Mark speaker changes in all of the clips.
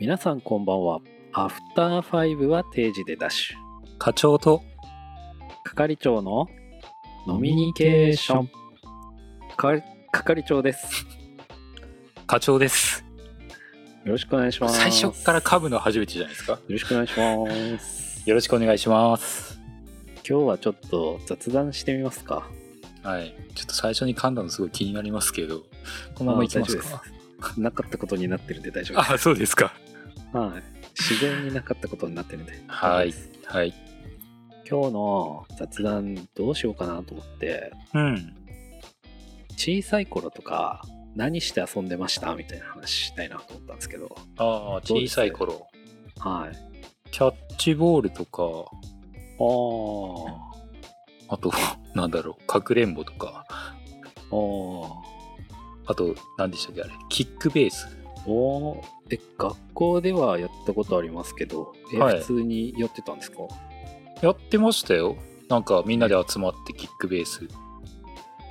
Speaker 1: 皆さんこんばんはアフターファイブは定時でダッシュ
Speaker 2: 課長と
Speaker 1: 係長のノミニケーションか係長です
Speaker 2: 課長です
Speaker 1: よろしくお願いします
Speaker 2: 最初から株の初めてじゃないですか
Speaker 1: よろしくお願いします
Speaker 2: よろしくお願いします
Speaker 1: 今日はちょっと雑談してみますか
Speaker 2: はいちょっと最初に噛んだのすごい気になりますけどこのままいきます
Speaker 1: あ
Speaker 2: か
Speaker 1: なかったことになってるんで大丈夫
Speaker 2: あそうですか
Speaker 1: ですはい自然になかったことになってるんで
Speaker 2: はいはい
Speaker 1: 今日の雑談どうしようかなと思って
Speaker 2: うん
Speaker 1: 小さい頃とか何して遊んでましたみたいな話したいなと思ったんですけど
Speaker 2: ああ
Speaker 1: どうで
Speaker 2: 小
Speaker 1: す
Speaker 2: さい頃
Speaker 1: はい
Speaker 2: キャッチボールとか
Speaker 1: ああ
Speaker 2: あと なんだろうかくれんぼとか
Speaker 1: お
Speaker 2: あと何でしたっけあれキックベース
Speaker 1: おーえ学校ではやったことありますけど、え
Speaker 2: はい
Speaker 1: 普通にやってたんですか
Speaker 2: やってましたよなんかみんなで集まってキックベース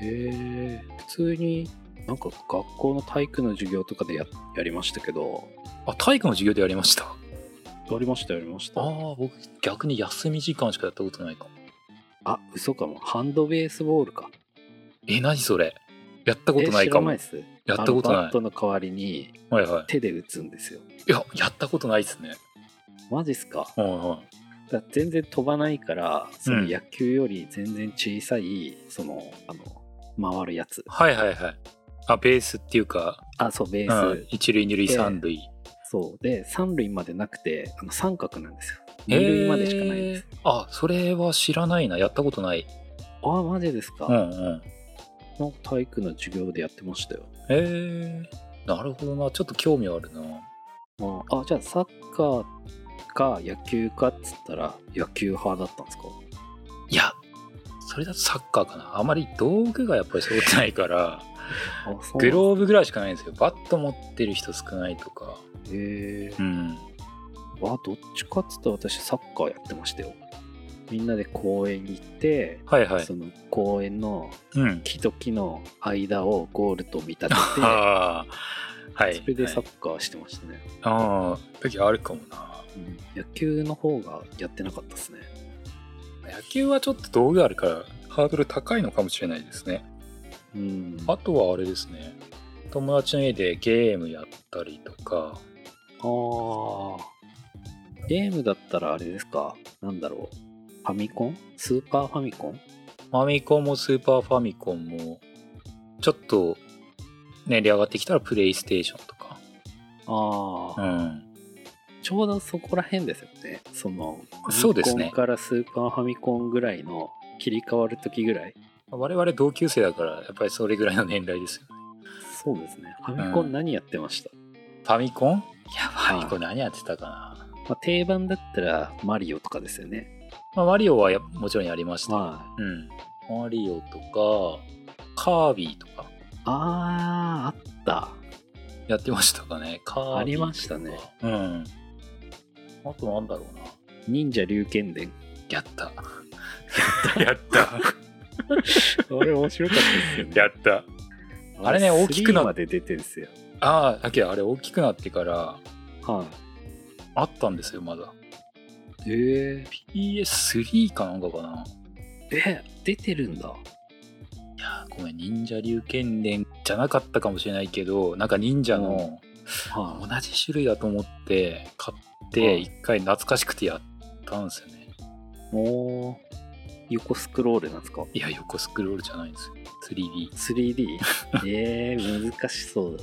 Speaker 1: ええ普通になんか学校の体育の授業とかでややりましたけど
Speaker 2: あ体育の授業でやりました
Speaker 1: やりましたやりましたあ
Speaker 2: ああ、僕、逆に休み時間しかやったことないかも。
Speaker 1: 嘘かもハンドベースボールか
Speaker 2: え、何それやったことないかも。
Speaker 1: えー知らないです
Speaker 2: やったこと
Speaker 1: あの
Speaker 2: な
Speaker 1: バッ
Speaker 2: い。
Speaker 1: トの代わりに
Speaker 2: はいは
Speaker 1: 手で打つんですよ
Speaker 2: い。いや、やったことないですね。
Speaker 1: マジっすか
Speaker 2: はいはい。
Speaker 1: だから全然飛ばないからその
Speaker 2: うん
Speaker 1: 野球より全然小さい、そのあの回るやつ
Speaker 2: はいはいはい。あ、ベースっていうか、
Speaker 1: あそうベ
Speaker 2: う
Speaker 1: ース、
Speaker 2: ん、一塁、二塁、
Speaker 1: ええ
Speaker 2: 三塁。
Speaker 1: そうで三塁までなくてあの三角なんですよ
Speaker 2: え
Speaker 1: 二塁までしかないんです、
Speaker 2: あ、それは知らないな。やったことない。
Speaker 1: あマジですか、
Speaker 2: うんうん。
Speaker 1: なんか体育の授業でやってましたよ、
Speaker 2: えー、なるほどな。ちょっと興味あるな。
Speaker 1: まあ、あじゃあサッカーか野球かっつったら野球派だったんですか
Speaker 2: いや、それだとサッカーかな。あまり道具がやっぱり揃ってないから、
Speaker 1: あそう
Speaker 2: グローブぐらいしかないんですよ。バット持ってる人少ないとか。
Speaker 1: えー
Speaker 2: うん。
Speaker 1: あどっちかっつったら私サッカーやってましたよみんなで公園に行って、
Speaker 2: はいはい
Speaker 1: そ。の公園の
Speaker 2: うん。
Speaker 1: 木と木の間をゴールと見 立てて
Speaker 2: ああ、はい。
Speaker 1: それでサ
Speaker 2: はい
Speaker 1: ッカーしてましたね、
Speaker 2: ああ、時あるかもな。
Speaker 1: うん野球の方がやってなかったですね
Speaker 2: 野球はちょっと道具あるから、ハードル高いのかもしれないですね。
Speaker 1: うん
Speaker 2: あとはあれですね。友達の家でゲームやったりとか、
Speaker 1: あーゲームだったらあれですかなんだろうファミコンスーパーファミコン
Speaker 2: ファミコンもスーパーファミコンも、ちょっと、ね、り上がってきたらプレイステーションとか。
Speaker 1: あ
Speaker 2: う
Speaker 1: あ、
Speaker 2: ん。
Speaker 1: ちょうどそこら辺ですよねその
Speaker 2: そうですね
Speaker 1: ファミコンからスーパーファミコンぐらいの切り替わる時ぐらい
Speaker 2: 我々同級生だから、やっぱりそれぐらいの年代ですよ。
Speaker 1: そうですねファミコ
Speaker 2: う
Speaker 1: ン
Speaker 2: ん
Speaker 1: 何やってました、
Speaker 2: ファミコンいや、フ
Speaker 1: はい
Speaker 2: ァミコン何やってたかな。
Speaker 1: まあ、定番だったらマリオとかですよね
Speaker 2: まあ、マリオはやもちろんやりました
Speaker 1: はい
Speaker 2: うん、マリオとかカービィとか
Speaker 1: あーあっ
Speaker 2: やってました かねカービィとか
Speaker 1: ありましたね
Speaker 2: うんあとなんだろうな
Speaker 1: た忍者龍剣 伝
Speaker 2: やったやったやっ
Speaker 1: あれ面白かったですよね
Speaker 2: たあれね大きくな
Speaker 1: 3まで出てんですよ
Speaker 2: ああだけどあれ大きくなってから
Speaker 1: は
Speaker 2: あったんですよまだ
Speaker 1: いえ
Speaker 2: PS3 かなんかかな
Speaker 1: え出てるんだ
Speaker 2: いやーごめん忍者龍剣伝じゃなかったかもしれないけどなんか忍者の同
Speaker 1: は
Speaker 2: じ種類だと思って買っ
Speaker 1: は
Speaker 2: て
Speaker 1: い
Speaker 2: 一回懐かしくてやったんですよね
Speaker 1: いもう横スクロールなんですか
Speaker 2: いや、横スクロールじゃないんですよ。3D。
Speaker 1: 3D えー、難しそう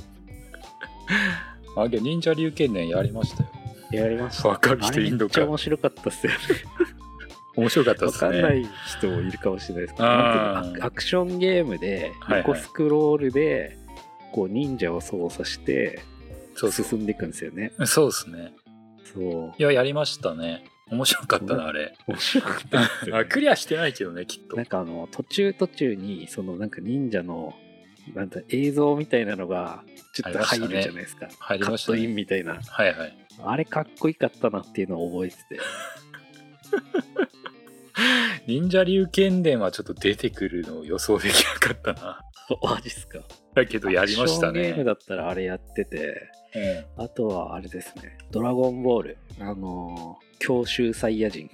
Speaker 2: あ、けど忍者龍剣伝やりましたよ。
Speaker 1: だやりまし
Speaker 2: わかる
Speaker 1: たあ
Speaker 2: 人
Speaker 1: れ
Speaker 2: いん
Speaker 1: めっ
Speaker 2: の
Speaker 1: ちゃ
Speaker 2: か。
Speaker 1: 面白かったっすよね
Speaker 2: 面白かった
Speaker 1: わ
Speaker 2: です
Speaker 1: かん
Speaker 2: ね。
Speaker 1: ない人もいるかもしれないですけど
Speaker 2: あー
Speaker 1: なんていうのアクションゲームで
Speaker 2: はいはい
Speaker 1: 横スクロールでこう忍者を操作して
Speaker 2: そうそう。
Speaker 1: 進んでいくんですよね
Speaker 2: そうですね。
Speaker 1: そう
Speaker 2: いや、やりましたね。面白かったな、あれ。
Speaker 1: 面白かったですよ
Speaker 2: あ
Speaker 1: ね
Speaker 2: クリアしてないけどね、きっと
Speaker 1: なん。かあの途中途中にそのなんか忍者のなんだ映像みたいなのがちょっと入るじゃないですか、
Speaker 2: 入り
Speaker 1: カ
Speaker 2: まし
Speaker 1: ッ
Speaker 2: た
Speaker 1: トイン
Speaker 2: ね。
Speaker 1: みたいな
Speaker 2: はいはい。
Speaker 1: あれかっこよかったなっていうのを覚えてて
Speaker 2: 忍者流剣伝はちょっと出てくるのを予想できなかったな。
Speaker 1: マジっすか。
Speaker 2: だけどやりました
Speaker 1: アクションゲーム
Speaker 2: ね。
Speaker 1: だったらあれやってて、
Speaker 2: うん
Speaker 1: あとはあれですね、ドラゴンボール、あのー、教習サイヤ人。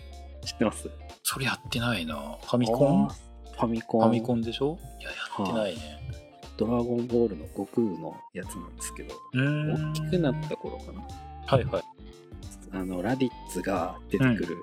Speaker 1: 知ってますフ
Speaker 2: それやってないな。ファミコンフ
Speaker 1: ファミコン。
Speaker 2: ァミコンでしょいや、やってないね。
Speaker 1: ドラゴンボールの悟空のやつなんですけど、
Speaker 2: うーん
Speaker 1: 大きくなった頃かな。
Speaker 2: はいはい。
Speaker 1: あの、ラディッツが出てくる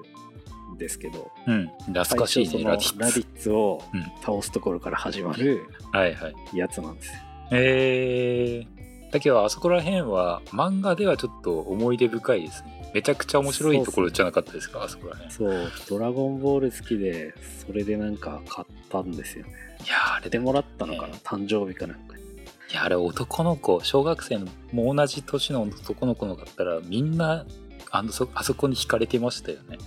Speaker 1: んですけど、
Speaker 2: うん。懐かしい
Speaker 1: 最
Speaker 2: ね、ラデ
Speaker 1: 初
Speaker 2: ィ
Speaker 1: そのラ
Speaker 2: ッ
Speaker 1: ディ
Speaker 2: ツ。
Speaker 1: ッツを
Speaker 2: うん
Speaker 1: 倒すところから始まる
Speaker 2: はいはい。
Speaker 1: やつなんですよ。
Speaker 2: えー。だけど、あそこら辺は漫画ではちょっと思い出深いですね。めちゃくちゃ面白いところじゃなかったですか、あそこら辺。
Speaker 1: そう、ドラゴンボール好きで、それでなんか買ったんですよね。
Speaker 2: いやー、あれ
Speaker 1: でもらったのかな、
Speaker 2: ええ
Speaker 1: 誕生日かなんかに。
Speaker 2: いやあれ男の子小学生のもう同じ年の男の子のだったらみんなあのそあそこに惹かれてましたよね、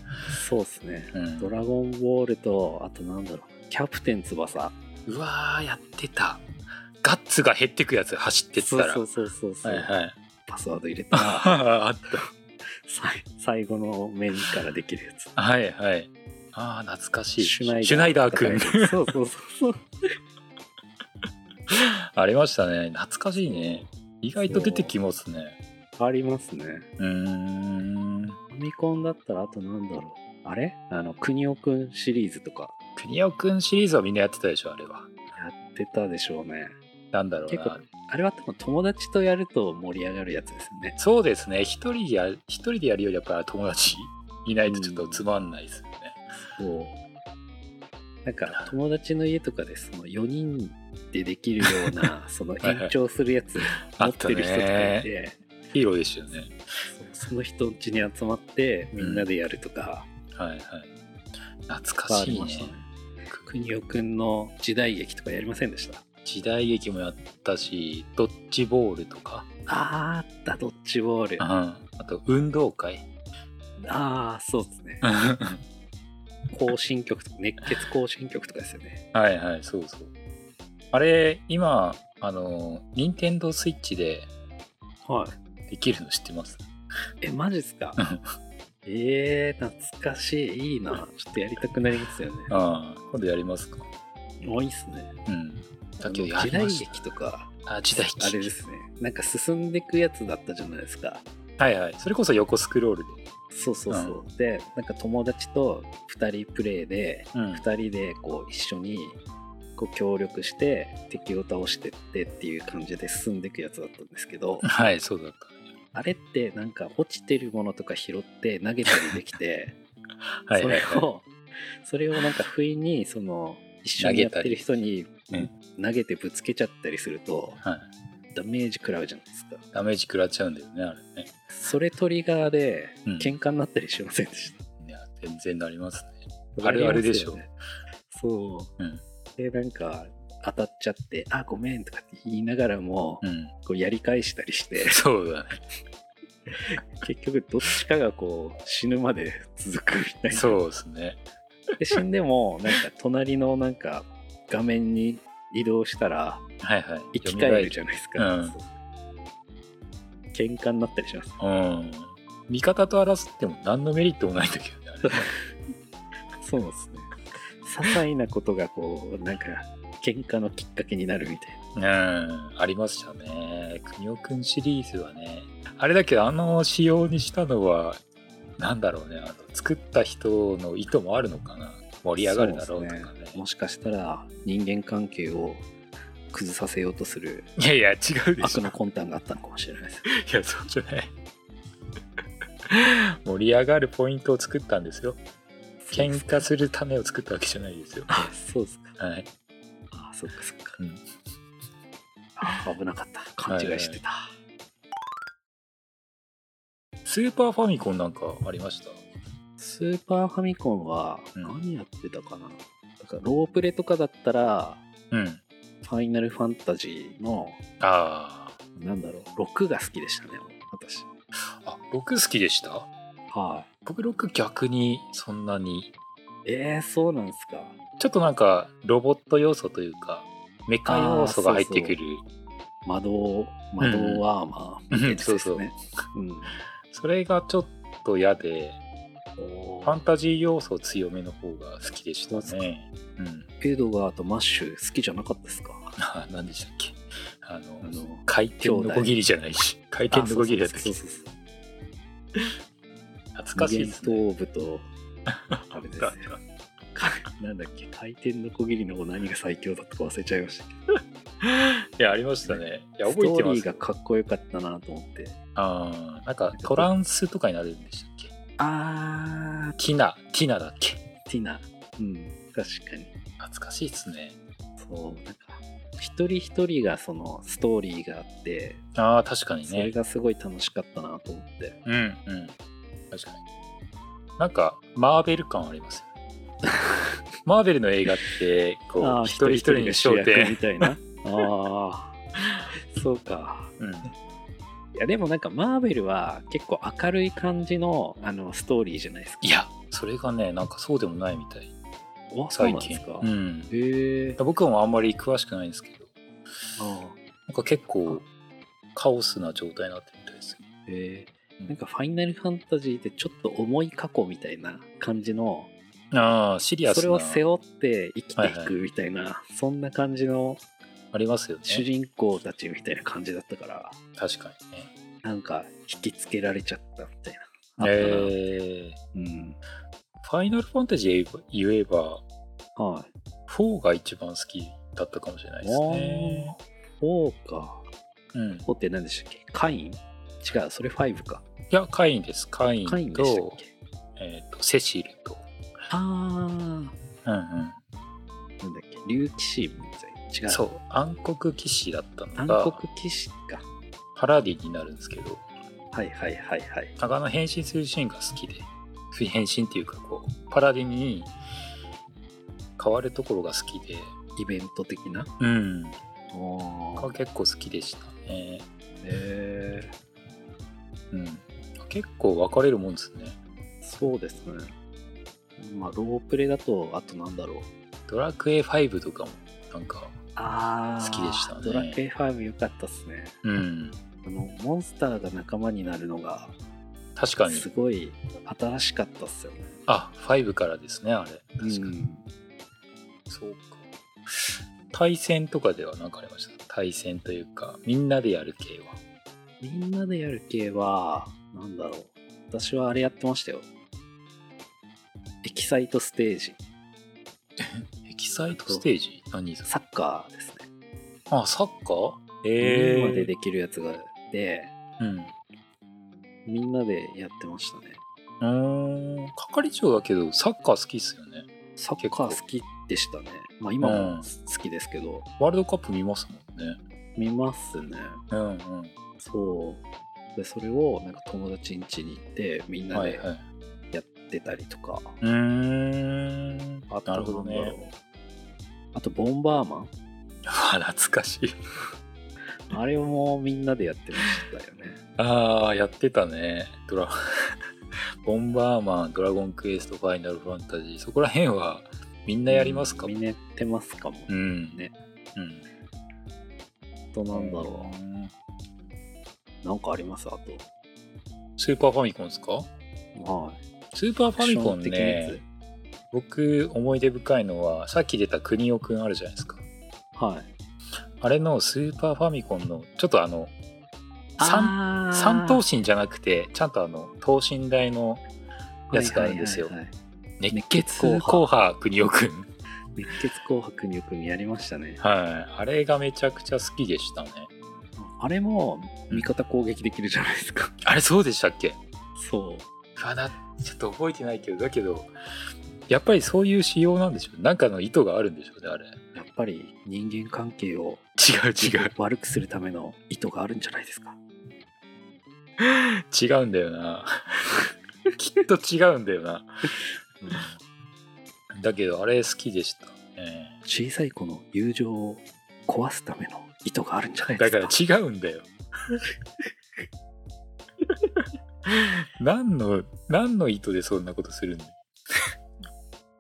Speaker 1: そうですね。
Speaker 2: うん
Speaker 1: ドラゴンボールと、あとなんだろう、キャプテン翼。
Speaker 2: うわーやってたガッツが減ってくやつ走ってった
Speaker 1: そう
Speaker 2: ら
Speaker 1: そうそうそうそう、
Speaker 2: は いはい
Speaker 1: パスワード入 れたら、
Speaker 2: あっ
Speaker 1: さい最後のメニューからできるやつ。
Speaker 2: たはいはいあー懐かしい
Speaker 1: シュナイダー
Speaker 2: 君
Speaker 1: そうそうそうそう。
Speaker 2: ありましたね懐かしいね意外と出てきますね
Speaker 1: ありますね。
Speaker 2: うーん
Speaker 1: ファミコンだったら、あとなんだろう。あれあの、くにおくんシリーズとか
Speaker 2: くにおくんシリーズはみんなやってたでしょあれは
Speaker 1: やってたでしょうね。
Speaker 2: なんだろう
Speaker 1: 結構
Speaker 2: な、
Speaker 1: あれは多分友達とやると盛り上がるやつですね。
Speaker 2: そうですね一人でや一人でやるよりやっぱ友達いないとちょっとつまんないですよね、
Speaker 1: そう。なんか友達の家とかでその4人でできるよう なその延長するやつ
Speaker 2: あ
Speaker 1: 持っ
Speaker 2: った
Speaker 1: てる人とかい
Speaker 2: ね
Speaker 1: て
Speaker 2: ヒーローでしたよね
Speaker 1: そその人ん家に集まってみんなでやるとか
Speaker 2: はいはい懐か
Speaker 1: があ
Speaker 2: し
Speaker 1: り
Speaker 2: い
Speaker 1: ま
Speaker 2: ね
Speaker 1: したね。国尾くんの時代劇とかやりませんでした
Speaker 2: 時代劇もやったしドッジボールとか、
Speaker 1: あーあったドッジボール
Speaker 2: うん、あと運動会
Speaker 1: ああそうですね
Speaker 2: は
Speaker 1: 行進曲とか熱血行進曲とかですよね
Speaker 2: いはいそうそうあれ今あの任天堂スイッチで
Speaker 1: はい
Speaker 2: できるの知ってます
Speaker 1: えマジっすかえー、懐かしいいいなちょっとやりたくなりますよね
Speaker 2: ああ今度やりますか
Speaker 1: もういいっすね
Speaker 2: うんだけどや
Speaker 1: 時
Speaker 2: りま
Speaker 1: 代
Speaker 2: した
Speaker 1: 劇とか
Speaker 2: あ時代
Speaker 1: あれ
Speaker 2: 劇
Speaker 1: ですねなんか進んでいくやつだったじゃないですか
Speaker 2: はいはいそれこそ横スクロールで、
Speaker 1: そうそうそう、でなんか友達と2人プレイで
Speaker 2: うん
Speaker 1: 2人でこう一緒にこう協力して敵を倒してってっていう感じで進んでいくやつだったんですけど
Speaker 2: はい、そうだっ
Speaker 1: あれってなんか落ちてるものとか拾って投げたりできて
Speaker 2: た。はい、
Speaker 1: そ
Speaker 2: はい
Speaker 1: れ
Speaker 2: はい。
Speaker 1: を それをなんか不意にその一緒にやってる人に
Speaker 2: 投げたり
Speaker 1: 投げてぶつけちゃったりすると
Speaker 2: はい、
Speaker 1: ダメージ食らうじゃないですか
Speaker 2: ダメージ食らっちゃうんだよね、あれね。
Speaker 1: それトリガーで
Speaker 2: うん
Speaker 1: 喧嘩になったりしませんでした。
Speaker 2: いや、全然なりますね。あるあるでしょ
Speaker 1: なりますよね。そう。
Speaker 2: うん
Speaker 1: で、なんか、当たっちゃって、あ、ごめんとかって言いながらも、
Speaker 2: うん。
Speaker 1: こうやり返したりして、
Speaker 2: そうだね。
Speaker 1: 結局どっちかがこう死ぬまで続くみたいな。
Speaker 2: そうですね。
Speaker 1: で死んでも、なんか隣のなんか画面に移動したら、
Speaker 2: はいはい。
Speaker 1: 生き返るじ
Speaker 2: ゃ
Speaker 1: ゃないですか。
Speaker 2: うん
Speaker 1: そう喧嘩になったりします。
Speaker 2: ん。うん。味方と争っても何のメリットもないんだけどね、あれ ね
Speaker 1: そうですね。些細なことがこう、なんか、喧嘩のきっかけになるみたいな。
Speaker 2: うん。ありましたね。くにおくんシリーズはね。あれだけど、あの仕様にしたのは、なんだろうね。あの作った人の意図もあるのかな。盛り上がるだろうとか
Speaker 1: そ
Speaker 2: ね。
Speaker 1: ですもしかしたら人間関係を崩させようとする
Speaker 2: いやいや、違うでしょ
Speaker 1: 悪。の魂胆があったのかもしれないです。
Speaker 2: いや、そうじゃない。 盛り上がるポイントを作ったんですよ。喧嘩するためを作ったわけじゃないですよ。
Speaker 1: あそうですか。
Speaker 2: はい。
Speaker 1: あそっかそっか。
Speaker 2: うん
Speaker 1: あ危なかった。勘違いしてた。
Speaker 2: スーパーファミコンなんかありました
Speaker 1: スーパーファミコンは
Speaker 2: うん
Speaker 1: 何やってたかな,、なんかロープレとかだったら
Speaker 2: うん。
Speaker 1: ファイナルファンタジーの
Speaker 2: あ
Speaker 1: なんだろう6が好きでしたね私。
Speaker 2: あ。あ、6好きでした
Speaker 1: は
Speaker 2: 僕6逆にそんなに。
Speaker 1: い。えー、そうなんですか。
Speaker 2: ちょっとなんかロボット要素というか、メカ要素が入ってくる。
Speaker 1: 窓窓アーマーみたいなやつですね。うん
Speaker 2: それがちょっと嫌で、
Speaker 1: お
Speaker 2: ファ
Speaker 1: ー
Speaker 2: ンタジー要素強めの方が好きでしたね。うん。
Speaker 1: エドガーとマッシュ好きじゃなかったですか
Speaker 2: あ、何でしたっけ。あの、
Speaker 1: あの
Speaker 2: 回転のこぎりじゃないし、回転のこぎりだったっ
Speaker 1: そう
Speaker 2: け
Speaker 1: そうそうそう
Speaker 2: 懐かしい
Speaker 1: 無限
Speaker 2: です
Speaker 1: スト
Speaker 2: ね。
Speaker 1: ーブとあれですねなんだっけ回転のこぎりの方何が最強だったか忘れちゃいましたけど
Speaker 2: いや、ありましたね。いや、
Speaker 1: スト
Speaker 2: 覚えて
Speaker 1: ー
Speaker 2: ま
Speaker 1: リー
Speaker 2: す
Speaker 1: が
Speaker 2: よ。
Speaker 1: かっこよかったなと思って
Speaker 2: ああ、なんかトランスとかになるんでしたっけ。
Speaker 1: あ
Speaker 2: ティナ、ティナだっけ。
Speaker 1: ーティナうん確かに
Speaker 2: 懐かしいですね。
Speaker 1: そうなんか一人一人がそのストーリーがあって
Speaker 2: ああ、確かに
Speaker 1: それ
Speaker 2: ね。
Speaker 1: がすごい楽しかったなと思って
Speaker 2: うん、うん。確かに。なんか、マーベル感ありますよね。 マーベルの映画って、こ
Speaker 1: あ
Speaker 2: う、
Speaker 1: ー
Speaker 2: 一人一人に焦点
Speaker 1: み。たい なああそうか
Speaker 2: うん。
Speaker 1: いやでもなんかマーベルは結構明るい感じのあのストーリーじゃないですか
Speaker 2: いや、それがね、なんかそうでもないみたい。
Speaker 1: おそう
Speaker 2: 最
Speaker 1: なんで
Speaker 2: 近
Speaker 1: すか、。
Speaker 2: うん。
Speaker 1: へえ
Speaker 2: 僕もあんまり詳しくないんですけど、
Speaker 1: あ
Speaker 2: なんか結構、カオスな状態になってるみたいですよ。
Speaker 1: ーへえなんかファイナルファンタジーってちょっと重い過去みたいな感じの
Speaker 2: ああ、シリアスな。
Speaker 1: それを背
Speaker 2: 負
Speaker 1: 負って生きてい
Speaker 2: はい
Speaker 1: くみたいな、そんな感じの
Speaker 2: ありますよね。
Speaker 1: 主人公たちみたいな感じだったから
Speaker 2: 確かにね。
Speaker 1: なんか引きつけられちゃったみたいな。あったな
Speaker 2: えー、
Speaker 1: うん。
Speaker 2: ファイナルファンタジー言えば、
Speaker 1: は
Speaker 2: 4が一番好きだったかもしれない
Speaker 1: い。
Speaker 2: ですね。
Speaker 1: そうか。
Speaker 2: うん、い
Speaker 1: こうって何でしたっけカイン違う、それ5か。
Speaker 2: や、カインです。カインと
Speaker 1: カインでしたっけ
Speaker 2: えーとセシルと、
Speaker 1: あー、
Speaker 2: うんうん
Speaker 1: なんだっけ、竜騎士みたいな。違う。
Speaker 2: そう暗黒騎士だったのが
Speaker 1: 暗黒騎士か。
Speaker 2: パラディになるんですけど
Speaker 1: はいはいはいはい。
Speaker 2: あの変身するシーンが好きで変身っていうかこうパラディに変わるところが好きで
Speaker 1: イベント的な。
Speaker 2: うん
Speaker 1: お
Speaker 2: が結構好きでしたね、
Speaker 1: へえ
Speaker 2: うん、結構分かれるもんですね
Speaker 1: そうですね。まあ、ロープレだと、あとなんだろう。
Speaker 2: ドラクエ5とかもなんか
Speaker 1: あ
Speaker 2: ー好きでしたね
Speaker 1: ドラクエ5良かったっすね。
Speaker 2: うん
Speaker 1: あの、モンスターが仲間になるのが、
Speaker 2: 確かに
Speaker 1: すごい新しかったっすよね。
Speaker 2: あ5からですねあれ確かに、
Speaker 1: うん
Speaker 2: そうか。対戦とかでは何かありました対戦というか、みんなでやる系は。
Speaker 1: みんなでやる系は、なんだろう。私はあれやってましたよ。エキサイトステージ。
Speaker 2: エキサイトステージ何それ
Speaker 1: サッカーですね。
Speaker 2: あ、サッカー
Speaker 1: みん
Speaker 2: え
Speaker 1: なで
Speaker 2: え
Speaker 1: できるやつがあって、みんなでやってましたね。
Speaker 2: うん。うーん。係長だけど、サッカー好きっすよね。
Speaker 1: サッカー好きでしたね。まあ今
Speaker 2: う
Speaker 1: も
Speaker 2: ん
Speaker 1: 好きですけど、
Speaker 2: ワールドカップ見ますもんね。
Speaker 1: 見ますね。
Speaker 2: うんうん。
Speaker 1: そう。で、それをなんか友達ん家に行って、みんな
Speaker 2: は
Speaker 1: で
Speaker 2: いはい。
Speaker 1: やってたりとか。
Speaker 2: うーん。
Speaker 1: あと
Speaker 2: なるほど
Speaker 1: なんだ
Speaker 2: ね。
Speaker 1: ろうあと、ボンバーマン。
Speaker 2: あ、懐かしい。
Speaker 1: あれもみんなでやってましたよね。
Speaker 2: ああ、やってたね。ドラ、 ボンバーマン、ドラゴンクエスト、ファイナルファンタジー、そこら辺はみんなやりますか
Speaker 1: うんみんなやってますかも。
Speaker 2: う
Speaker 1: あ
Speaker 2: ん。
Speaker 1: ね。
Speaker 2: うん。
Speaker 1: となんだろ
Speaker 2: うん
Speaker 1: う。なんかありますあと。
Speaker 2: スーパーファミコンですか
Speaker 1: はい。
Speaker 2: スーパーファミコン
Speaker 1: アクション的
Speaker 2: ね、僕思い出深いのは、さっき出たクニオくんあるじゃないですか。
Speaker 1: なやつ。はい。
Speaker 2: あれのスーパーファミコンの、ちょっとあの、三
Speaker 1: あー
Speaker 2: 三頭身じゃなくて、ちゃんとあの、等身大のやつがあるんですよ
Speaker 1: はいはいはいはい
Speaker 2: 熱
Speaker 1: 熱血
Speaker 2: 血
Speaker 1: 硬
Speaker 2: 硬
Speaker 1: 派
Speaker 2: 派クニオくん。
Speaker 1: 熱血紅白によくやりましたね。
Speaker 2: はい。あれがめちゃくちゃ好きでしたね。
Speaker 1: あれも味方攻撃できるじゃないですか。
Speaker 2: あれそうでしたっけ
Speaker 1: そう
Speaker 2: わなちょっと覚えてないけどだけどやっぱりそういう仕様なんでしょうなんかの意図があるんでしょうねあれ
Speaker 1: う。やっぱり人間関係を
Speaker 2: 違う違う
Speaker 1: 悪くするための意図があるんじゃないですか。
Speaker 2: 違うんだよなきっと違うんだよなだけどあれ好きでした、え
Speaker 1: 小さい子の友情を壊すための意図があるんじゃない
Speaker 2: え
Speaker 1: で
Speaker 2: だ
Speaker 1: すか。
Speaker 2: から違うんだよ何の何の意図でそんなことするんだよ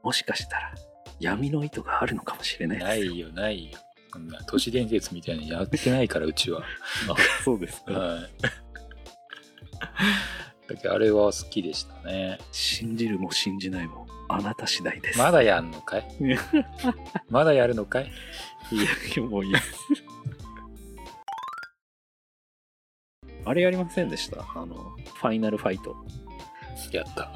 Speaker 1: もしかしたら闇の意図があるのかもしれないです
Speaker 2: な。いよないよそんな都市伝説みたいにやってないからうちは
Speaker 1: あそうですか。
Speaker 2: はい。だけどあれは好きでしたね
Speaker 1: 信じるも信じないもあなた次第です
Speaker 2: まだやんのかいまだやるのかい
Speaker 1: いやもういいですあれやりませんでしたあのファイナルファイト
Speaker 2: やった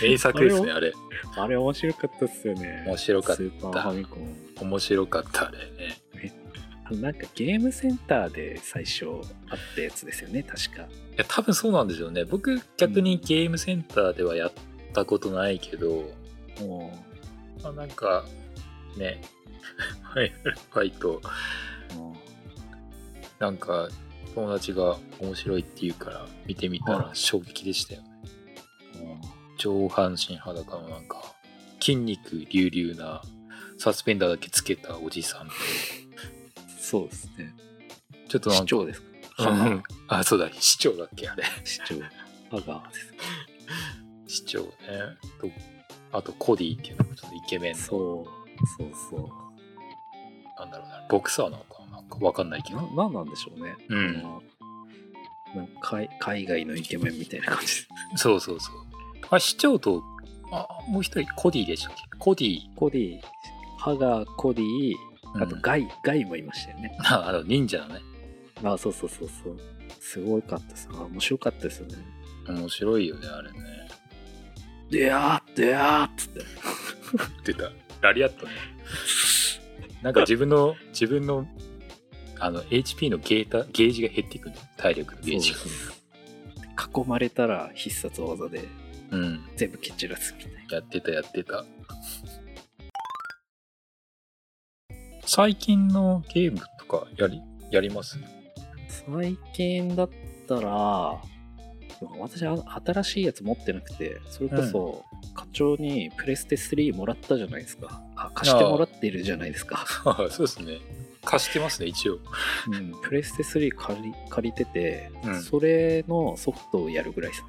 Speaker 2: 名作ですねあれ
Speaker 1: あれ面白かったっすよね
Speaker 2: 面白かっ
Speaker 1: ス
Speaker 2: た
Speaker 1: ーパーファミコン
Speaker 2: 面白かったあれね
Speaker 1: あのなんかゲームセンターで最初あったやつですよね確か
Speaker 2: いや多分そうなんでしょうね僕逆にゲームセンターではやったことないけど、
Speaker 1: も
Speaker 2: まあ、なんかね ファイナルファイト
Speaker 1: うも
Speaker 2: なんか友達が面白いって言うから見てみたら
Speaker 1: はい
Speaker 2: 衝撃でしたよね
Speaker 1: うも
Speaker 2: 上半身裸のなんか筋肉隆々なサスペンダーだけつけたおじさんと
Speaker 1: うそうですね
Speaker 2: ちょっとな
Speaker 1: 市
Speaker 2: んか
Speaker 1: 長ですか
Speaker 2: うんあそうだ市長だっけあれ
Speaker 1: 市長香川です
Speaker 2: 市長ねとあとコディっていうのがちょっとイケメンの
Speaker 1: そうそうそう
Speaker 2: なんだろうなボクサーなのかななんかわかんないけど
Speaker 1: ななんなんでしょうね
Speaker 2: うん
Speaker 1: あのなんか海海外のイケメンみたいな感じです
Speaker 2: そうそうそう。あ、市長と、あ、もう一人、コディでしたっけコディ。
Speaker 1: コディハガコディあと
Speaker 2: うん
Speaker 1: ガイ、ガイもいましたよね
Speaker 2: ああの、忍者のね。
Speaker 1: あそうそうそうそうすごかったですあ面白かったですよね
Speaker 2: 面白いよね、あれね。
Speaker 1: でやーでやーっつって
Speaker 2: 出た。ラリアットね。なん か自分の、自分の、あの、HP のゲータ、ゲージが減っていくんだよ。体力のゲージが。
Speaker 1: 囲まれたら必殺技で
Speaker 2: うん。
Speaker 1: 全部蹴散らすみたいな
Speaker 2: やってた、やってた。最近のゲームとかやり、やります
Speaker 1: 最近だったら私あ新しいやつ持ってなくてそれこそ課長にプレステ3もらったじゃないですかあ貸してもらってるじゃないですか、
Speaker 2: あ あそうですね。貸してますね、一応。
Speaker 1: うんプレステ3借り借りてて、
Speaker 2: うん
Speaker 1: それのソフトをやるぐらいですね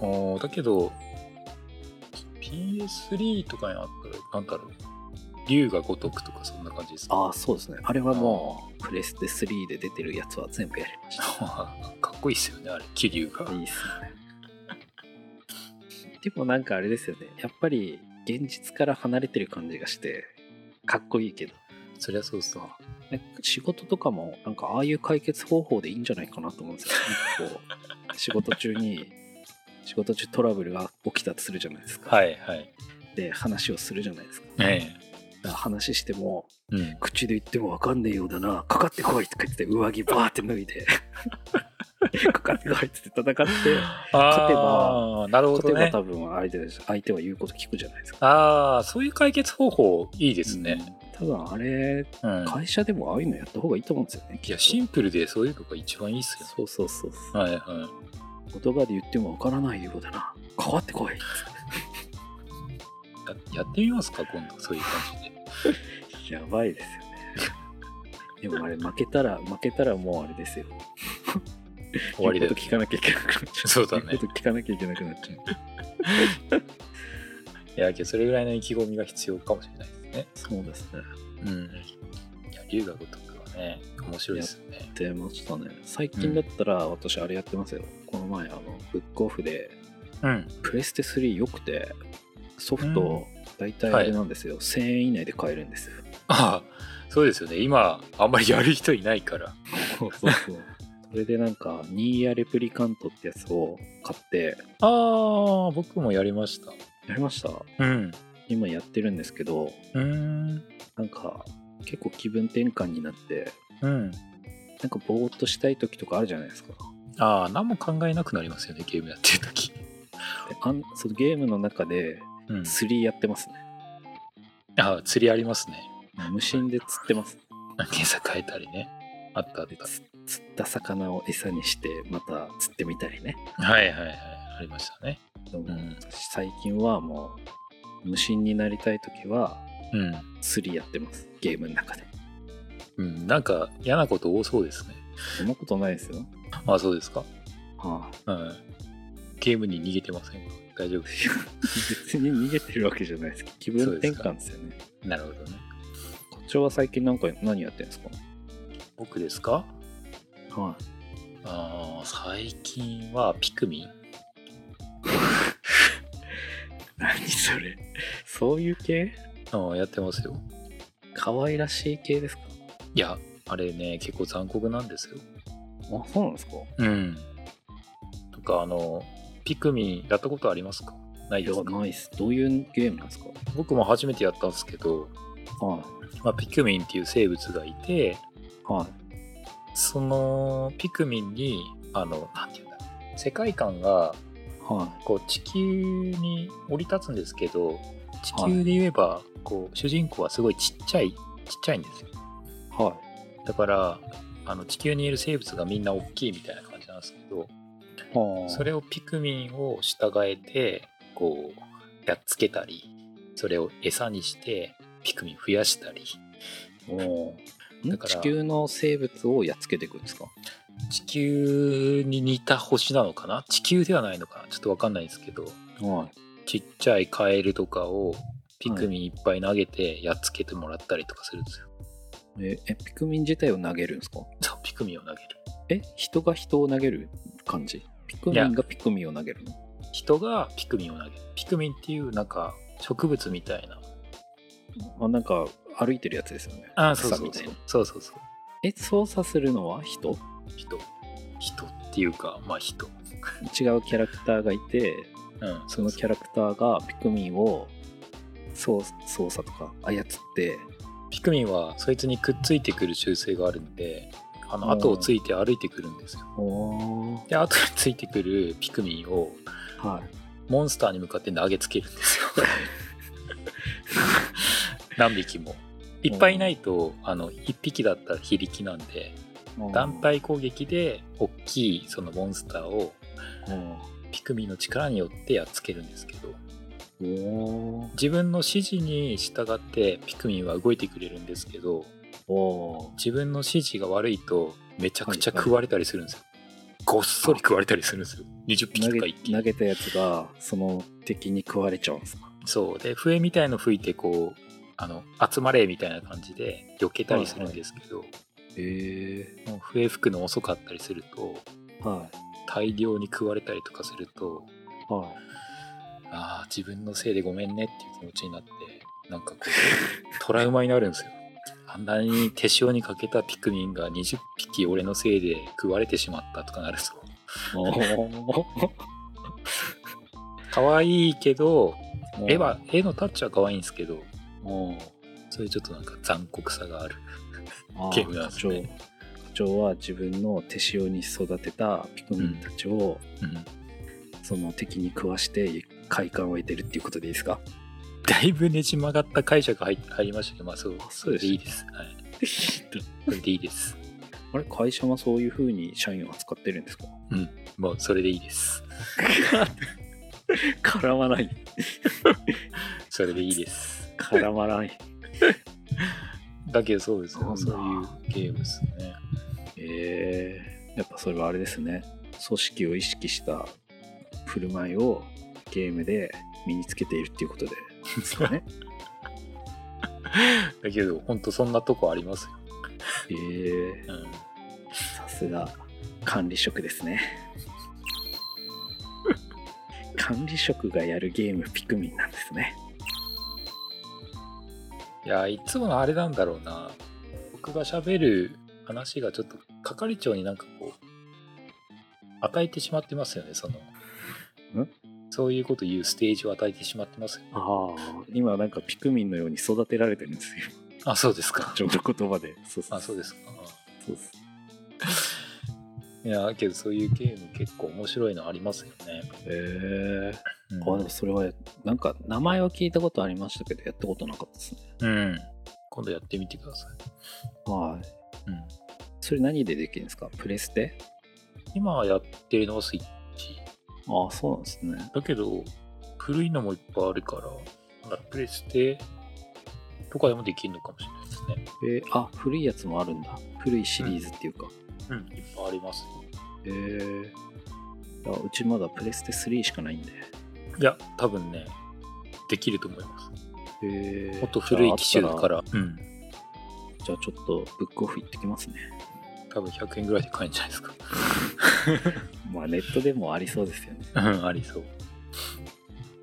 Speaker 2: ああだけど PS3 とかにあったらなんだろう竜が如くとかそんな感じですか
Speaker 1: あ あそうですねあれはもうプレステ3で出てるやつは全部やりました
Speaker 2: かっこいいっすよねあれ桐生が
Speaker 1: いいっすね でもなんかあれですよねやっぱり現実から離れてる感じがしてかっこいいけど
Speaker 2: そりゃそうそう
Speaker 1: ね仕事とかもなんかああいう解決方法でいいんじゃないかなと思うんですよ。なんかこう仕事中に仕事中トラブルが起きたとするじゃないですか。
Speaker 2: はいはい
Speaker 1: で話をするじゃないですか。
Speaker 2: え
Speaker 1: だから話しても
Speaker 2: えうん
Speaker 1: 口で言っても分かんねえようだなかかってこいとか言って上着バーって脱いで かかってこいって戦って勝てば
Speaker 2: ああなるほ
Speaker 1: 勝てば
Speaker 2: どね
Speaker 1: 多分相手です相手は言うこと聞くじゃないですか。
Speaker 2: ああそういう解決方法いいですね
Speaker 1: うん。ただあれ
Speaker 2: うん、
Speaker 1: 会社でもああいうのやった方がいいと思うんですよね。
Speaker 2: いやシンプルでそういうのが一番いいっすよね
Speaker 1: そうそうそうそう。
Speaker 2: はいは
Speaker 1: 言葉で言ってもわからないようだな変わってこい
Speaker 2: いややってみますか今度そういう感じで
Speaker 1: やばいです よねでもあれ負けたら負けたらもうあれですよ
Speaker 2: 終わりだ
Speaker 1: 言うこ
Speaker 2: よ
Speaker 1: と聞かなきゃいけなくなっちゃう
Speaker 2: そうだね
Speaker 1: 言うこと聞かなきゃいけなくなっちゃう
Speaker 2: いやけどそれぐらいの意気込みが必要かもしれないですね
Speaker 1: そうですね
Speaker 2: うん。いや、龍が如くはね、面白いですよね。
Speaker 1: 出ましたね最近だったら私あれやってますよ、この前あのブックオフで
Speaker 2: うん。
Speaker 1: プレステ3良くてソフト大体あれなんですよ、1000円以内で買えるんですよ
Speaker 2: ああ、そうですよね。今、あんまりやる人いないから。
Speaker 1: そうそうそう それでなんかニーヤレプリカントってやつを買って
Speaker 2: ああ、僕もやりました。
Speaker 1: やりました
Speaker 2: うん。
Speaker 1: 今やってるんですけど
Speaker 2: うーん。
Speaker 1: なんか結構気分転換になって
Speaker 2: うん。
Speaker 1: なんかぼーっとしたい時とかあるじゃないですか
Speaker 2: ああ、何も考えなくなりますよね、ゲームやってるとき。
Speaker 1: であんそのゲームの中で
Speaker 2: うん。
Speaker 1: 釣りやってますね
Speaker 2: ああ、釣りありますね。
Speaker 1: 無心で釣ってます
Speaker 2: 検索変えたりね。あったあっ
Speaker 1: でつ釣った魚を餌にしてまた釣ってみたりね
Speaker 2: た。はいはいはい。ありましたね。
Speaker 1: でも
Speaker 2: ん
Speaker 1: 最近はもう無心になりたい時は
Speaker 2: うん。
Speaker 1: 釣りやってますゲームの中で
Speaker 2: うん、なんか嫌なこと多そうですね。
Speaker 1: そんなことないですよ
Speaker 2: ああ、そうですか。
Speaker 1: はあ
Speaker 2: うん。ゲームに逃げてませんか大丈夫 で
Speaker 1: 別
Speaker 2: す
Speaker 1: に逃げてるわけじゃない ですけど気分転換ですよね
Speaker 2: なるほどね。
Speaker 1: 課長は最近なんか何やってるんですか
Speaker 2: 僕ですか
Speaker 1: は
Speaker 2: あー最近はピクミン
Speaker 1: 何それそういう系
Speaker 2: あーやってますよ
Speaker 1: 可愛らしい系ですか
Speaker 2: いやあれね結構残酷なんですよ
Speaker 1: あそうなんですか
Speaker 2: うんとかあのピクミンやったことありますかない
Speaker 1: い
Speaker 2: で
Speaker 1: や
Speaker 2: すか
Speaker 1: ナイスどういうゲームなんですか
Speaker 2: 僕も初めてやったんですけど、
Speaker 1: は
Speaker 2: まあ、ピクミンっていう生物がいて
Speaker 1: いはい
Speaker 2: そのピクミンにあのなんていうんだろう世界観が
Speaker 1: は
Speaker 2: こう地球に降り立つんですけど地球で言えば、こう主人公はすごいちっちゃいちっちゃいんですよ
Speaker 1: いは
Speaker 2: だからあの地球にいる生物がみんな大きいみたいな感じなんですけど
Speaker 1: いはあ
Speaker 2: それをピクミンを従えてこうやっつけたりそれを餌にしてピクミン増やしたり
Speaker 1: お
Speaker 2: だ
Speaker 1: ー
Speaker 2: から
Speaker 1: 地球の生物をやっつけていくんですか
Speaker 2: 地球に似た星なのかな地球ではないのかなちょっと分かんないですけど
Speaker 1: は
Speaker 2: ちっちゃいカエルとかをピクミンいっぱい投げてやっつけてもらったりとかするんですよ。
Speaker 1: いええピクミン自体を投げるんですか
Speaker 2: そうピクミンを投げ
Speaker 1: え
Speaker 2: る。
Speaker 1: 人が人を投げる感じピクミンがピクミンを投げるの
Speaker 2: 人がピクミンを投げる。ピクミンっていうなんか植物みたいな。
Speaker 1: あなんか歩いてるやつですよね
Speaker 2: あそう
Speaker 1: 草
Speaker 2: そう
Speaker 1: みた
Speaker 2: そ
Speaker 1: いうな。
Speaker 2: そうそうそう。
Speaker 1: え操作するのは人
Speaker 2: 人。人っていうか、まあ人。
Speaker 1: 違うキャラクターがいて
Speaker 2: うん、
Speaker 1: そのキャラクターがピクミンを操操作とか操って
Speaker 2: ピクミンはそいつにくっついてくる習性があるんで、あ
Speaker 1: うん
Speaker 2: の後をついて歩いてくるんですよ。
Speaker 1: おー
Speaker 2: で、後についてくるピクミンを
Speaker 1: はい
Speaker 2: モンスターに向かって投げつけるんですよ 何匹もいっぱいいないと、あの1匹だったら非力なんで団体攻撃で大きいそのモンスターを
Speaker 1: うん
Speaker 2: ピクミンの力によってやっつけるんですけど
Speaker 1: おー
Speaker 2: 自分の指示に従ってピクミンは動いてくれるんですけど
Speaker 1: お
Speaker 2: 自分の指示が悪いとめちゃくちゃ食われたりするんですよ、ごっそり食われたりするんですよ20
Speaker 1: ー投
Speaker 2: 匹とか
Speaker 1: げ
Speaker 2: 一気に
Speaker 1: 投げたやつがその敵に食われちゃうんですか
Speaker 2: そうで笛みたいの吹いてこうあの集まれみたいな感じで避けたりするんですけど、
Speaker 1: へえ
Speaker 2: もう笛吹くの遅かったりすると
Speaker 1: は
Speaker 2: 大量に食われたりとかすると
Speaker 1: い はい
Speaker 2: ああ自分のせいでごめんねっていう気持ちになってなんかこう トラウマになるんですよあんなに手塩にかけたピクミンが20匹俺のせいで食われてしまったとかなるそう
Speaker 1: おー
Speaker 2: 可愛いけど
Speaker 1: うん
Speaker 2: 絵は絵のタッチは可愛いんですけど
Speaker 1: うん
Speaker 2: そういうちょっとなんか残酷さがある
Speaker 1: あー
Speaker 2: ゲームなんですね
Speaker 1: 課長課長は自分の手塩に育てたピクミンたちを、
Speaker 2: うん
Speaker 1: その敵に食わして快感を得てるっていうことでいいですか
Speaker 2: だいぶねじ曲がった解釈入入りましたけど、まあそう、
Speaker 1: そ
Speaker 2: そうれ
Speaker 1: です
Speaker 2: でいいです。はい。それでいいです。
Speaker 1: あれ会社はそういうふうに社員を扱ってるんですか
Speaker 2: もうそれでいいです。
Speaker 1: 絡まない
Speaker 2: それでいいです。
Speaker 1: 絡ま ない
Speaker 2: だけどそうですね
Speaker 1: そう。なんだ
Speaker 2: そういうゲームですね。
Speaker 1: えー、やっぱそれはあれですね組織を意識した振る舞いをゲームで身につけているっていうことでですか ね
Speaker 2: だけど、本当そんなとこありますよ。
Speaker 1: えー、
Speaker 2: うん。
Speaker 1: さすが管理職です ね管理職がやるゲームピクミンなんですね
Speaker 2: いや、いつものあれなんだろうな。僕が喋る話がちょっと係長になんかこう、与えてしまってますよね、その。
Speaker 1: ん
Speaker 2: そういうこと言うステージを与えてしまってますよ。
Speaker 1: ああ今なんかピクミンのように育てられてるんですよ
Speaker 2: あ、そうですか。
Speaker 1: ちょうど言葉でそう
Speaker 2: あ、そう
Speaker 1: で
Speaker 2: ですか。
Speaker 1: すそうです
Speaker 2: いやけどそういうゲーム結構面白いのありますよね。
Speaker 1: ええ
Speaker 2: うん
Speaker 1: あでもそれはなんか名前は聞いたことありましたけどやったことなかったですね
Speaker 2: うん今度やってみてください。
Speaker 1: はい
Speaker 2: うん、
Speaker 1: それ何でできるんですかプレステ
Speaker 2: 今やってるのはスイッチ。
Speaker 1: ああそうなんですね
Speaker 2: だけど古いのもいっぱいあるから、まだプレステとかでもできるのかもしれないですね。
Speaker 1: えーあ古いやつもあるんだ古いシリーズっていうか、
Speaker 2: うん、いっぱいありますよ。
Speaker 1: へえいやうちまだプレステ3しかないんでへ
Speaker 2: いや、多分ね、できると思います。
Speaker 1: え
Speaker 2: もっと古い機種だから、うん、
Speaker 1: じゃあちょっとブックオフ行ってきますね
Speaker 2: 多多分100円ぐらいで買えるんじゃないですか。
Speaker 1: まあネットでもありそうですよね。
Speaker 2: うん、ありそう。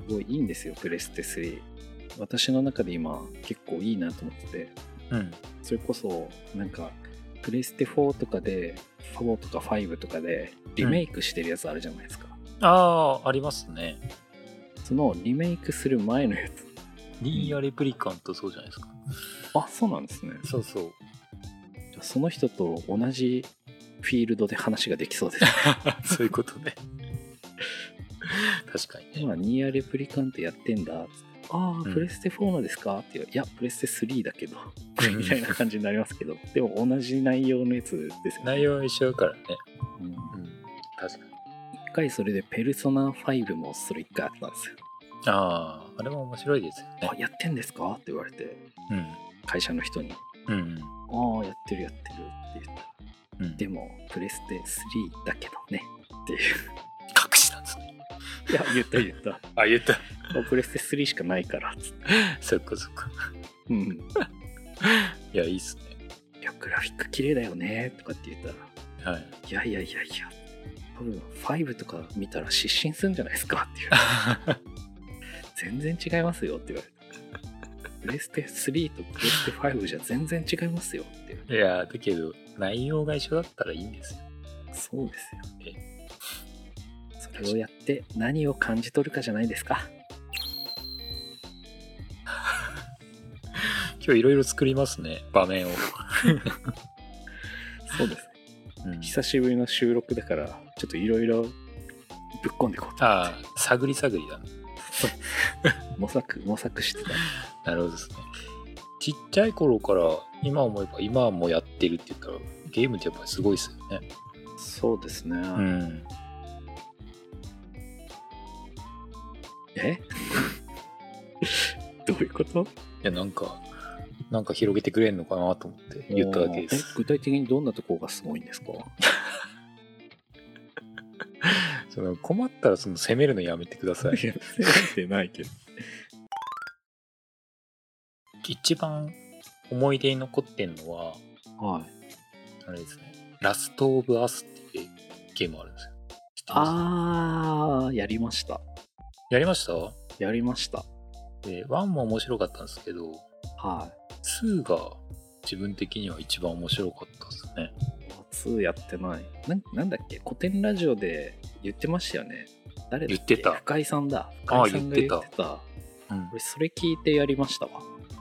Speaker 1: すごいいいんですよ、プレステ3。私の中で今結構いいなと思ってて、
Speaker 2: うん。
Speaker 1: それこそなんかプレステ4とかで、4とか5とかでリメイクしてるやつあるじゃないですか。
Speaker 2: ああ、ありますね。
Speaker 1: そのリメイクする前のやつ。
Speaker 2: リーアレプリカントそうじゃないですか。
Speaker 1: あ、そうなんですね。
Speaker 2: そうそう。
Speaker 1: その人と同じフィールドで話ができそうです。
Speaker 2: そういうことね。確かにね。
Speaker 1: 今、ニーアレプリカントやってんだ。あ
Speaker 2: う
Speaker 1: あ、
Speaker 2: ん
Speaker 1: プレステ4のですかっていう。いや、プレステ3だけど。みたいな感じになりますけど。 でも同じ内容のやつですよね。
Speaker 2: 内容は一緒だからね。
Speaker 1: うん
Speaker 2: うん。確かに。
Speaker 1: 一回それで、ペルソナ5もそれ一回あったんですよ。
Speaker 2: ああ、あれも面白いですよね
Speaker 1: あ。、やってんですかって言われて、会社の人に。
Speaker 2: うん。うん。
Speaker 1: ああ、やってるやってるって言った。
Speaker 2: うん、
Speaker 1: でも、プレステ3だけどね。 っていう。
Speaker 2: 隠したんですね。
Speaker 1: いや、言った言 った。
Speaker 2: あ、言った。
Speaker 1: プレステ3しかないから。つって
Speaker 2: そっかそっか。
Speaker 1: うん。
Speaker 2: いや、いいっすね。
Speaker 1: いや、グラフィック綺麗だよねとかって言ったら、い
Speaker 2: はい。
Speaker 1: やいやいやいや、多分5とか見たら失神するんじゃないですかっていう、全然違いますよって言われて。プレステ3とプレステ5じゃ全然違いますよっていう。
Speaker 2: い やーだけど内容が一緒だったらいいんですよ。
Speaker 1: そうですよ。それをやって何を感じ取るかじゃないですか。
Speaker 2: 今日いろいろ作りますね場面を、
Speaker 1: そうです。久しぶりの収録だから、ちょっといろいろぶっ込んでいこうと思っ
Speaker 2: ああ探り探りだね。
Speaker 1: て。模索、模索してた。
Speaker 2: なるほどですね。ちっちゃい頃から今思えば今もやってるって言ったらゲームってやっぱりすごいですよね。
Speaker 1: そうですね。
Speaker 2: うん。
Speaker 1: え どういうこと
Speaker 2: いやなんかなんか広げてくれんのかなと思って言っただけで
Speaker 1: え
Speaker 2: す。
Speaker 1: 具体的にどんなところがすごいんですか
Speaker 2: その困ったらその攻めるのやめてくださ い。
Speaker 1: や、てないけど。
Speaker 2: 一番思い出に残ってんのは
Speaker 1: はい。
Speaker 2: あれですね。ラストオブアスっていうゲームあるんですよ。知ってます
Speaker 1: あー、やりました。
Speaker 2: やりました
Speaker 1: やりました。
Speaker 2: で1も面白かったんですけど
Speaker 1: は
Speaker 2: 2が自分的には一番面白かったですね
Speaker 1: い。2やってない。なんなんだっけ古典ラジオで言ってましたよね。誰だっけ
Speaker 2: 言ってた
Speaker 1: 深井さんだ。
Speaker 2: あ
Speaker 1: 深
Speaker 2: ー
Speaker 1: 井さんが言ってた。
Speaker 2: 言ってうん、
Speaker 1: 俺、それ聞いてやりましたわ。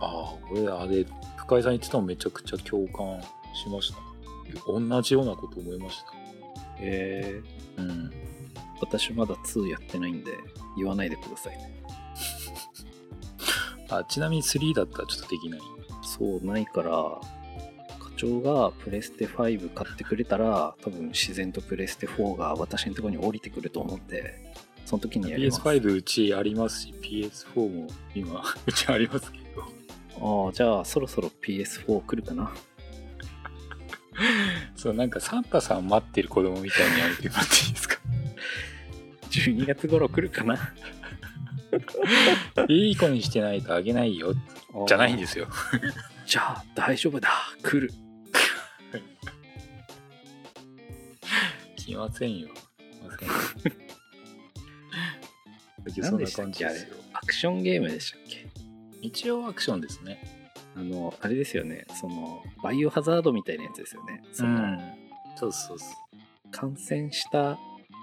Speaker 2: ああこれあれ深井さん言ってたのめちゃくちゃ共感しました同じようなこと思いまし
Speaker 1: えー、
Speaker 2: たうん
Speaker 1: 私まだ2やってないんで、言わないでくださいね。
Speaker 2: あちなみに3だったらちょっとできない
Speaker 1: そう、ないから、課長がプレステ5買ってくれたら、多分自然とプレステ4が私のところに降りてくると思って、その時にやります。
Speaker 2: PS5 うちありますし PS4 も今 うちありますけど
Speaker 1: ああ、じゃあそろそろ PS4 来るかな。
Speaker 2: そうなんかサンタさん待ってる子供みたいにやめてもらっていいですか
Speaker 1: 12月頃来るかな。。
Speaker 2: いい子にしてないとあげないよじゃないんですすよ
Speaker 1: じゃあ大丈夫だ、来る。
Speaker 2: 来ませんよ。来ませんよだけどそ
Speaker 1: 何
Speaker 2: ん
Speaker 1: で
Speaker 2: な
Speaker 1: したっ
Speaker 2: 感じ
Speaker 1: け
Speaker 2: で
Speaker 1: あ
Speaker 2: す
Speaker 1: れ
Speaker 2: よ。
Speaker 1: アクションゲームでしたっけ
Speaker 2: 一応アクションですね。
Speaker 1: あの、あれですよね。その、バイオハザードみたいなやつですよね。その、。
Speaker 2: そうそうそう。
Speaker 1: 感染した、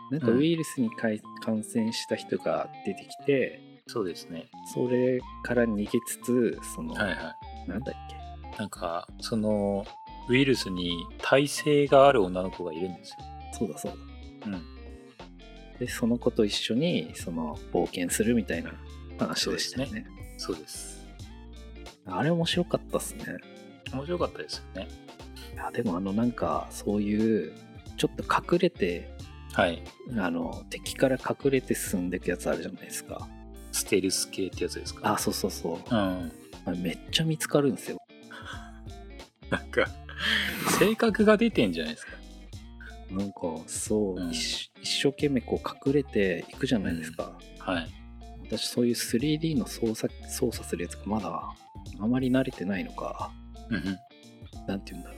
Speaker 1: なんか
Speaker 2: うん
Speaker 1: ウイルスにかい感染した人が出てきて、
Speaker 2: そうですね。
Speaker 1: それから逃げつつ、その、
Speaker 2: はいは
Speaker 1: なんだっけ
Speaker 2: い。なんか、その、ウイルスに耐性がある女の子がいるんですよ。
Speaker 1: そうだそうだ。
Speaker 2: うん。
Speaker 1: で、その子と一緒に、その、冒険するみたいな話でしたよ
Speaker 2: そう
Speaker 1: ね。
Speaker 2: そうです。
Speaker 1: あれ面白かったっすね。
Speaker 2: 面白かったですよね。
Speaker 1: いやでもあのなんかそういうちょっと隠れて
Speaker 2: はい。
Speaker 1: あの敵から隠れて進んでいくやつあるじゃないですか
Speaker 2: ステルス系ってやつです
Speaker 1: あ
Speaker 2: か。
Speaker 1: そうそうそう
Speaker 2: うん。
Speaker 1: あれめっちゃ見つかるんですよ
Speaker 2: なんか、性格が出てんじゃないですか。
Speaker 1: なんかそう、
Speaker 2: うん
Speaker 1: 一一生懸命こう隠れていくじゃないですか、
Speaker 2: はい。
Speaker 1: 私そういう 3D の操作操作するやつがまだあまり慣れてないのか
Speaker 2: うんうん。
Speaker 1: なんて言うんだろ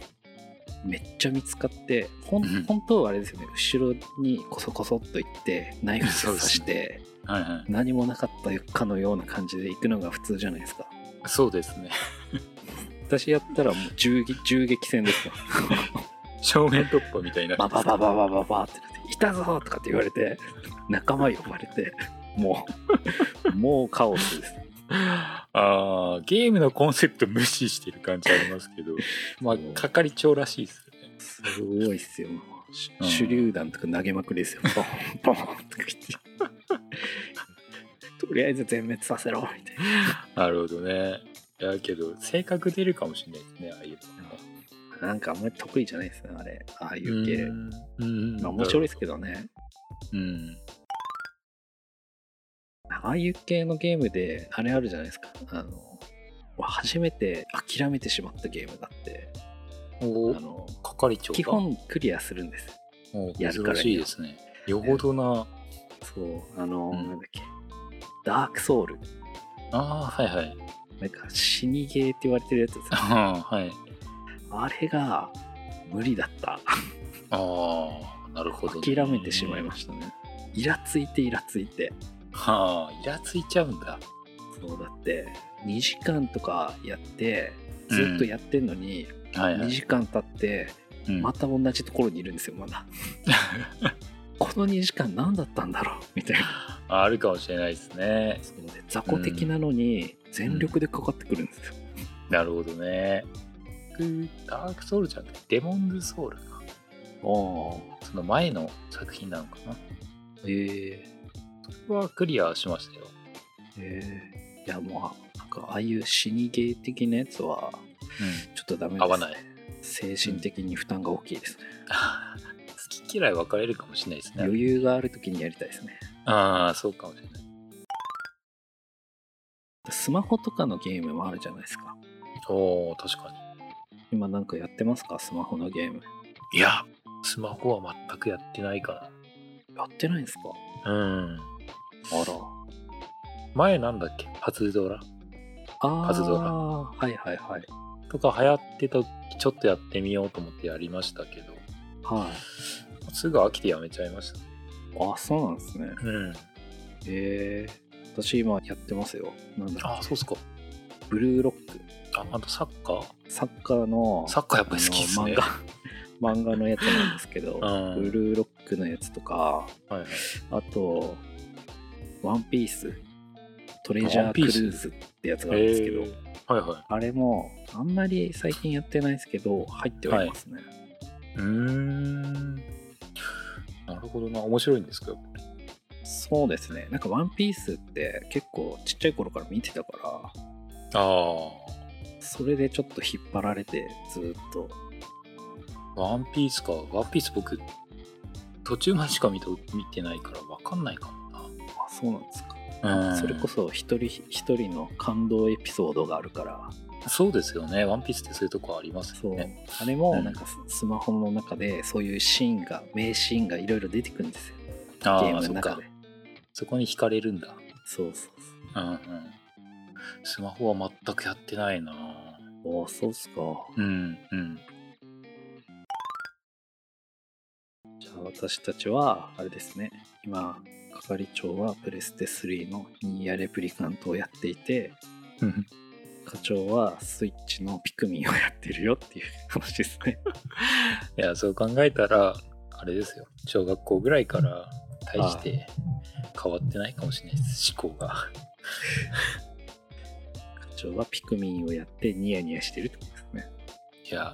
Speaker 1: うめっちゃ見つかってほん
Speaker 2: うん
Speaker 1: 本当はあれですよね後ろにコソコソっと行ってナイフで刺して
Speaker 2: はいはい。
Speaker 1: 何もなかったかのような感じで行くのが普通じゃないですか
Speaker 2: そうですね。
Speaker 1: 私やったらもう銃撃銃撃戦ですよ
Speaker 2: 正面突破みたいになっ て
Speaker 1: バ
Speaker 2: ます
Speaker 1: ババババババってなって「いたぞ!」とかって言われて仲間呼ばれても うもうカオスです
Speaker 2: あーゲームのコンセプト無視してる感じありますけど、まあ、係長らしいですよね。
Speaker 1: すごいっすよ。し
Speaker 2: うん
Speaker 1: 手榴弾とか投げまくりですよ。ポンポンとか言って。とりあえず全滅させろみたい
Speaker 2: なるほどね。だけど、性格出るかもしれないですね、ああいうのね
Speaker 1: な。なんかあんまり得意じゃないですね、あれ。ああいう系。
Speaker 2: うん。
Speaker 1: まあ面白いですけどね。
Speaker 2: うん。
Speaker 1: ああいう系のゲームで、あれあるじゃないですか。あの、初めて諦めてしまったゲームがあって、
Speaker 2: お
Speaker 1: あの、
Speaker 2: 係長が
Speaker 1: 基本クリアするんです。
Speaker 2: お
Speaker 1: やるからには
Speaker 2: 珍しいですね。よほどな。
Speaker 1: そう、あの、
Speaker 2: うん
Speaker 1: なんだっけ。ダークソウル。
Speaker 2: ああ、はいはい。
Speaker 1: なんか死にゲーって言われてるやつですよ
Speaker 2: あーはい。
Speaker 1: あれが無理だった。
Speaker 2: ああ、なるほど、
Speaker 1: 諦めてしまいま
Speaker 2: し
Speaker 1: したね。イラついてイラついて。
Speaker 2: た。はあ、イラついちゃうんだ。
Speaker 1: そうだって、2時間とかやって、ずっとやってんのに、
Speaker 2: はいは
Speaker 1: 2
Speaker 2: い。
Speaker 1: 時間経って、
Speaker 2: うん
Speaker 1: また同じところにいるんですよ、ま だ。この2時間何だったんだろうみたいな。
Speaker 2: あるかもしれないですね。
Speaker 1: そうで雑魚的なのに、全力でかかってくるんですよ。
Speaker 2: なるほどね。僕ダークソウルじゃなくて、デモンズソウルか。
Speaker 1: お
Speaker 2: その前の作品なのかな。
Speaker 1: ーえ
Speaker 2: 僕はクリアしましたよ。
Speaker 1: ー、えー。いや、もう、なんか、ああいう死にゲー的なやつは、ちょっとダメです、ね。
Speaker 2: 合わない。
Speaker 1: 精神的に負担が大きいですね。
Speaker 2: 好き嫌い分かれるかもしれないですね。
Speaker 1: 余裕がある時にやりたいですね。
Speaker 2: ああ、そうかもしれない。
Speaker 1: スマホとかのゲームもあるじゃないですか。
Speaker 2: おお、確かに。
Speaker 1: 今なんかやってますかスマホのゲーム。
Speaker 2: いや、スマホは全くやってないか
Speaker 1: やってないんですか
Speaker 2: な。うん。
Speaker 1: あら。
Speaker 2: 前なんだっけパズドラ
Speaker 1: あー
Speaker 2: パズドラ
Speaker 1: はいはいはい。
Speaker 2: とか流行ってた時ちょっとやってみようと思ってやりましたけど、
Speaker 1: は
Speaker 2: すぐ飽きてやめちゃいました。
Speaker 1: い。あ、そうなんですね。
Speaker 2: うん。
Speaker 1: へえ私今やってますよ。なんだろ
Speaker 2: ああ、そうっすか。
Speaker 1: う。ブルーロック。
Speaker 2: あ、あとサッカー
Speaker 1: サッカーの。
Speaker 2: サッカーやっぱり好きっすね。
Speaker 1: あの漫画漫画のやつなんですけ ど、
Speaker 2: うん
Speaker 1: ブルーロックのやつとか、
Speaker 2: はいはい。
Speaker 1: あと、ワンピース、トレジャークルーズってやつがあるんですけど、
Speaker 2: はいは
Speaker 1: あれもあんまり最近やってないですけど入ってはいますね、
Speaker 2: い。うーん。なるほどな。面白いんですけど。
Speaker 1: そうですねなんか「ワンピースって結構ちっちゃい頃から見てたか
Speaker 2: あ
Speaker 1: らそれでちょっと引っ張られてずーっと
Speaker 2: あ。ワンピースか。ワンピース僕、途中までしか見た見てないから分かんないかも
Speaker 1: あそうなんですか、
Speaker 2: な。うん。
Speaker 1: それこそ一人一人の感動エピソードがあるから
Speaker 2: そうですよね。ワンピースってそういうとこあります
Speaker 1: そ
Speaker 2: よ
Speaker 1: う
Speaker 2: ね。
Speaker 1: あれもなんかススマホの中でそういうシーンが名シーンがいろいろ出てくるんですよゲ
Speaker 2: あ
Speaker 1: ー
Speaker 2: あ、
Speaker 1: ム
Speaker 2: そ
Speaker 1: の
Speaker 2: っ
Speaker 1: 中
Speaker 2: か
Speaker 1: で。
Speaker 2: そこに惹かれるんだ。
Speaker 1: そうそう
Speaker 2: うんうん。スマホは全くやってないな。
Speaker 1: そうおーそうっすか
Speaker 2: うんうん。
Speaker 1: じゃあ私たちはあれですね今係長はプレステ3のニーヤレプリカントをやっていて課長はスイッチのピクミンをやってるよっていう話です ね
Speaker 2: いや、そう考えたら、あれですよ。小学校ぐらいから大して変わってないかもしれないです。思考が。
Speaker 1: 課長はピクミンをやってニヤニヤしてるってことですね
Speaker 2: いや、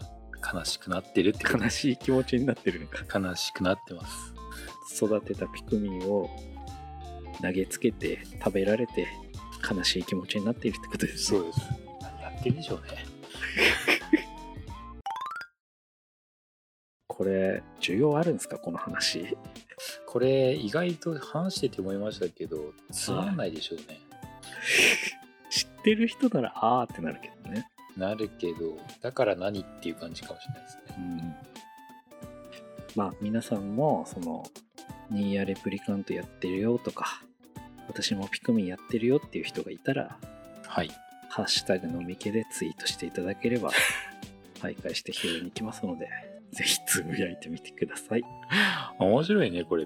Speaker 2: 悲しくなってるってこと
Speaker 1: 悲しい気持ちになってるのか
Speaker 2: 悲しくなってます。
Speaker 1: 育てたピクミンを投げつけて食べられて悲しい気持ちになっているってことですね
Speaker 2: うです。何やってるんでしょうね。
Speaker 1: これ需要あるんですかこの話
Speaker 2: これ、意外と話してて思いましたけど、つまんないでしょうね。
Speaker 1: 知ってる人ならあーってなるけどね
Speaker 2: なるけど、だから何っていう感じかもしれないですね。
Speaker 1: まあ皆さんもそのニーヤレプリカントやってるよとか私もピクミンやってるよっていう人がいたら
Speaker 2: はい。
Speaker 1: 「 ハッシュタグのみけ」でツイートしていただければ徘徊して拾いに行きますのでぜひつぶやいてみてください。
Speaker 2: 面白いね、これ。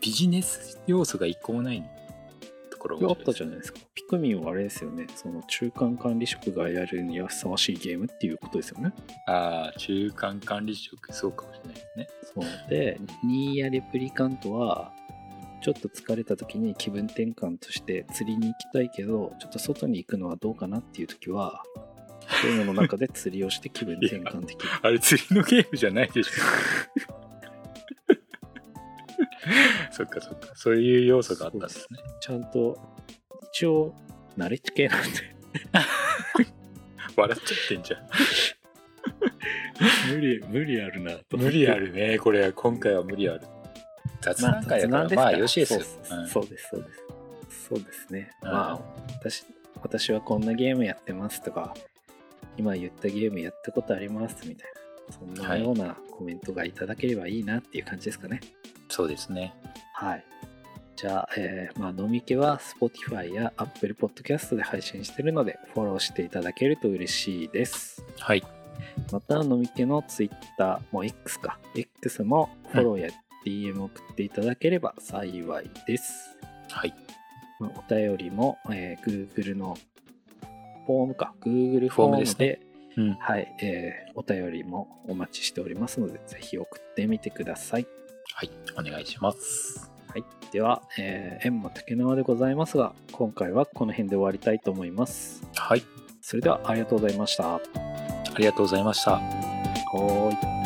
Speaker 2: ビジネス要素が一個もないところ
Speaker 1: あっ
Speaker 2: が
Speaker 1: たじゃないですか。ピクミンはあれですよね。その中間管理職がやるにはふさわしいゲームっていうことですよね。
Speaker 2: ああ、中間管理職、そうかもしれないですね。
Speaker 1: そうで、ニーヤレプリカントは、ちょっと疲れた時に気分転換として釣りに行きたいけど、ちょっと外に行くのはどうかなっていう時は、ゲームの中で釣りをして気分転換できる。
Speaker 2: あれ、釣りのゲームじゃないでしょ。 そっかそっか、そういう要素があったんですね。
Speaker 1: ちゃんと、一応、ナレッジ系なんで、
Speaker 2: 笑っちゃってんじゃん。
Speaker 1: 無理、無理あるなと思って
Speaker 2: 無理あるね、これ、今回は無理ある。雑
Speaker 1: まあ
Speaker 2: 談会だから、
Speaker 1: 雑談
Speaker 2: まあ、よしですよ。うん
Speaker 1: そうです、そうです。そうですね。
Speaker 2: うん
Speaker 1: まあ、私、私はこんなゲームやってますとか、今言ったゲームやったことありますみたいな、そんなようなコメントがいただければいいなっていう感じですかね。
Speaker 2: そうですね。
Speaker 1: はい。じゃあ、えーまあ、飲み気は Spotify や Apple Podcast で配信してるので、フォローしていただけると嬉しいです。
Speaker 2: はい。
Speaker 1: また、飲み気の Twitter、もう X か、X もフォローや DM 送っていただければ幸いです。
Speaker 2: はい。
Speaker 1: まあお便りも、えー Google のフォームか、Google フォームで
Speaker 2: フォームですねうん。
Speaker 1: はい、えーお便りもお待ちしておりますので、ぜひ送ってみてください。
Speaker 2: はい。お願いします。
Speaker 1: はい、では、えー、縁も竹縄でございますが、今回はこの辺で終わりたいと思います。
Speaker 2: はい。
Speaker 1: それでは、ありがとうございました。は
Speaker 2: ありがとうございました。
Speaker 1: ーい。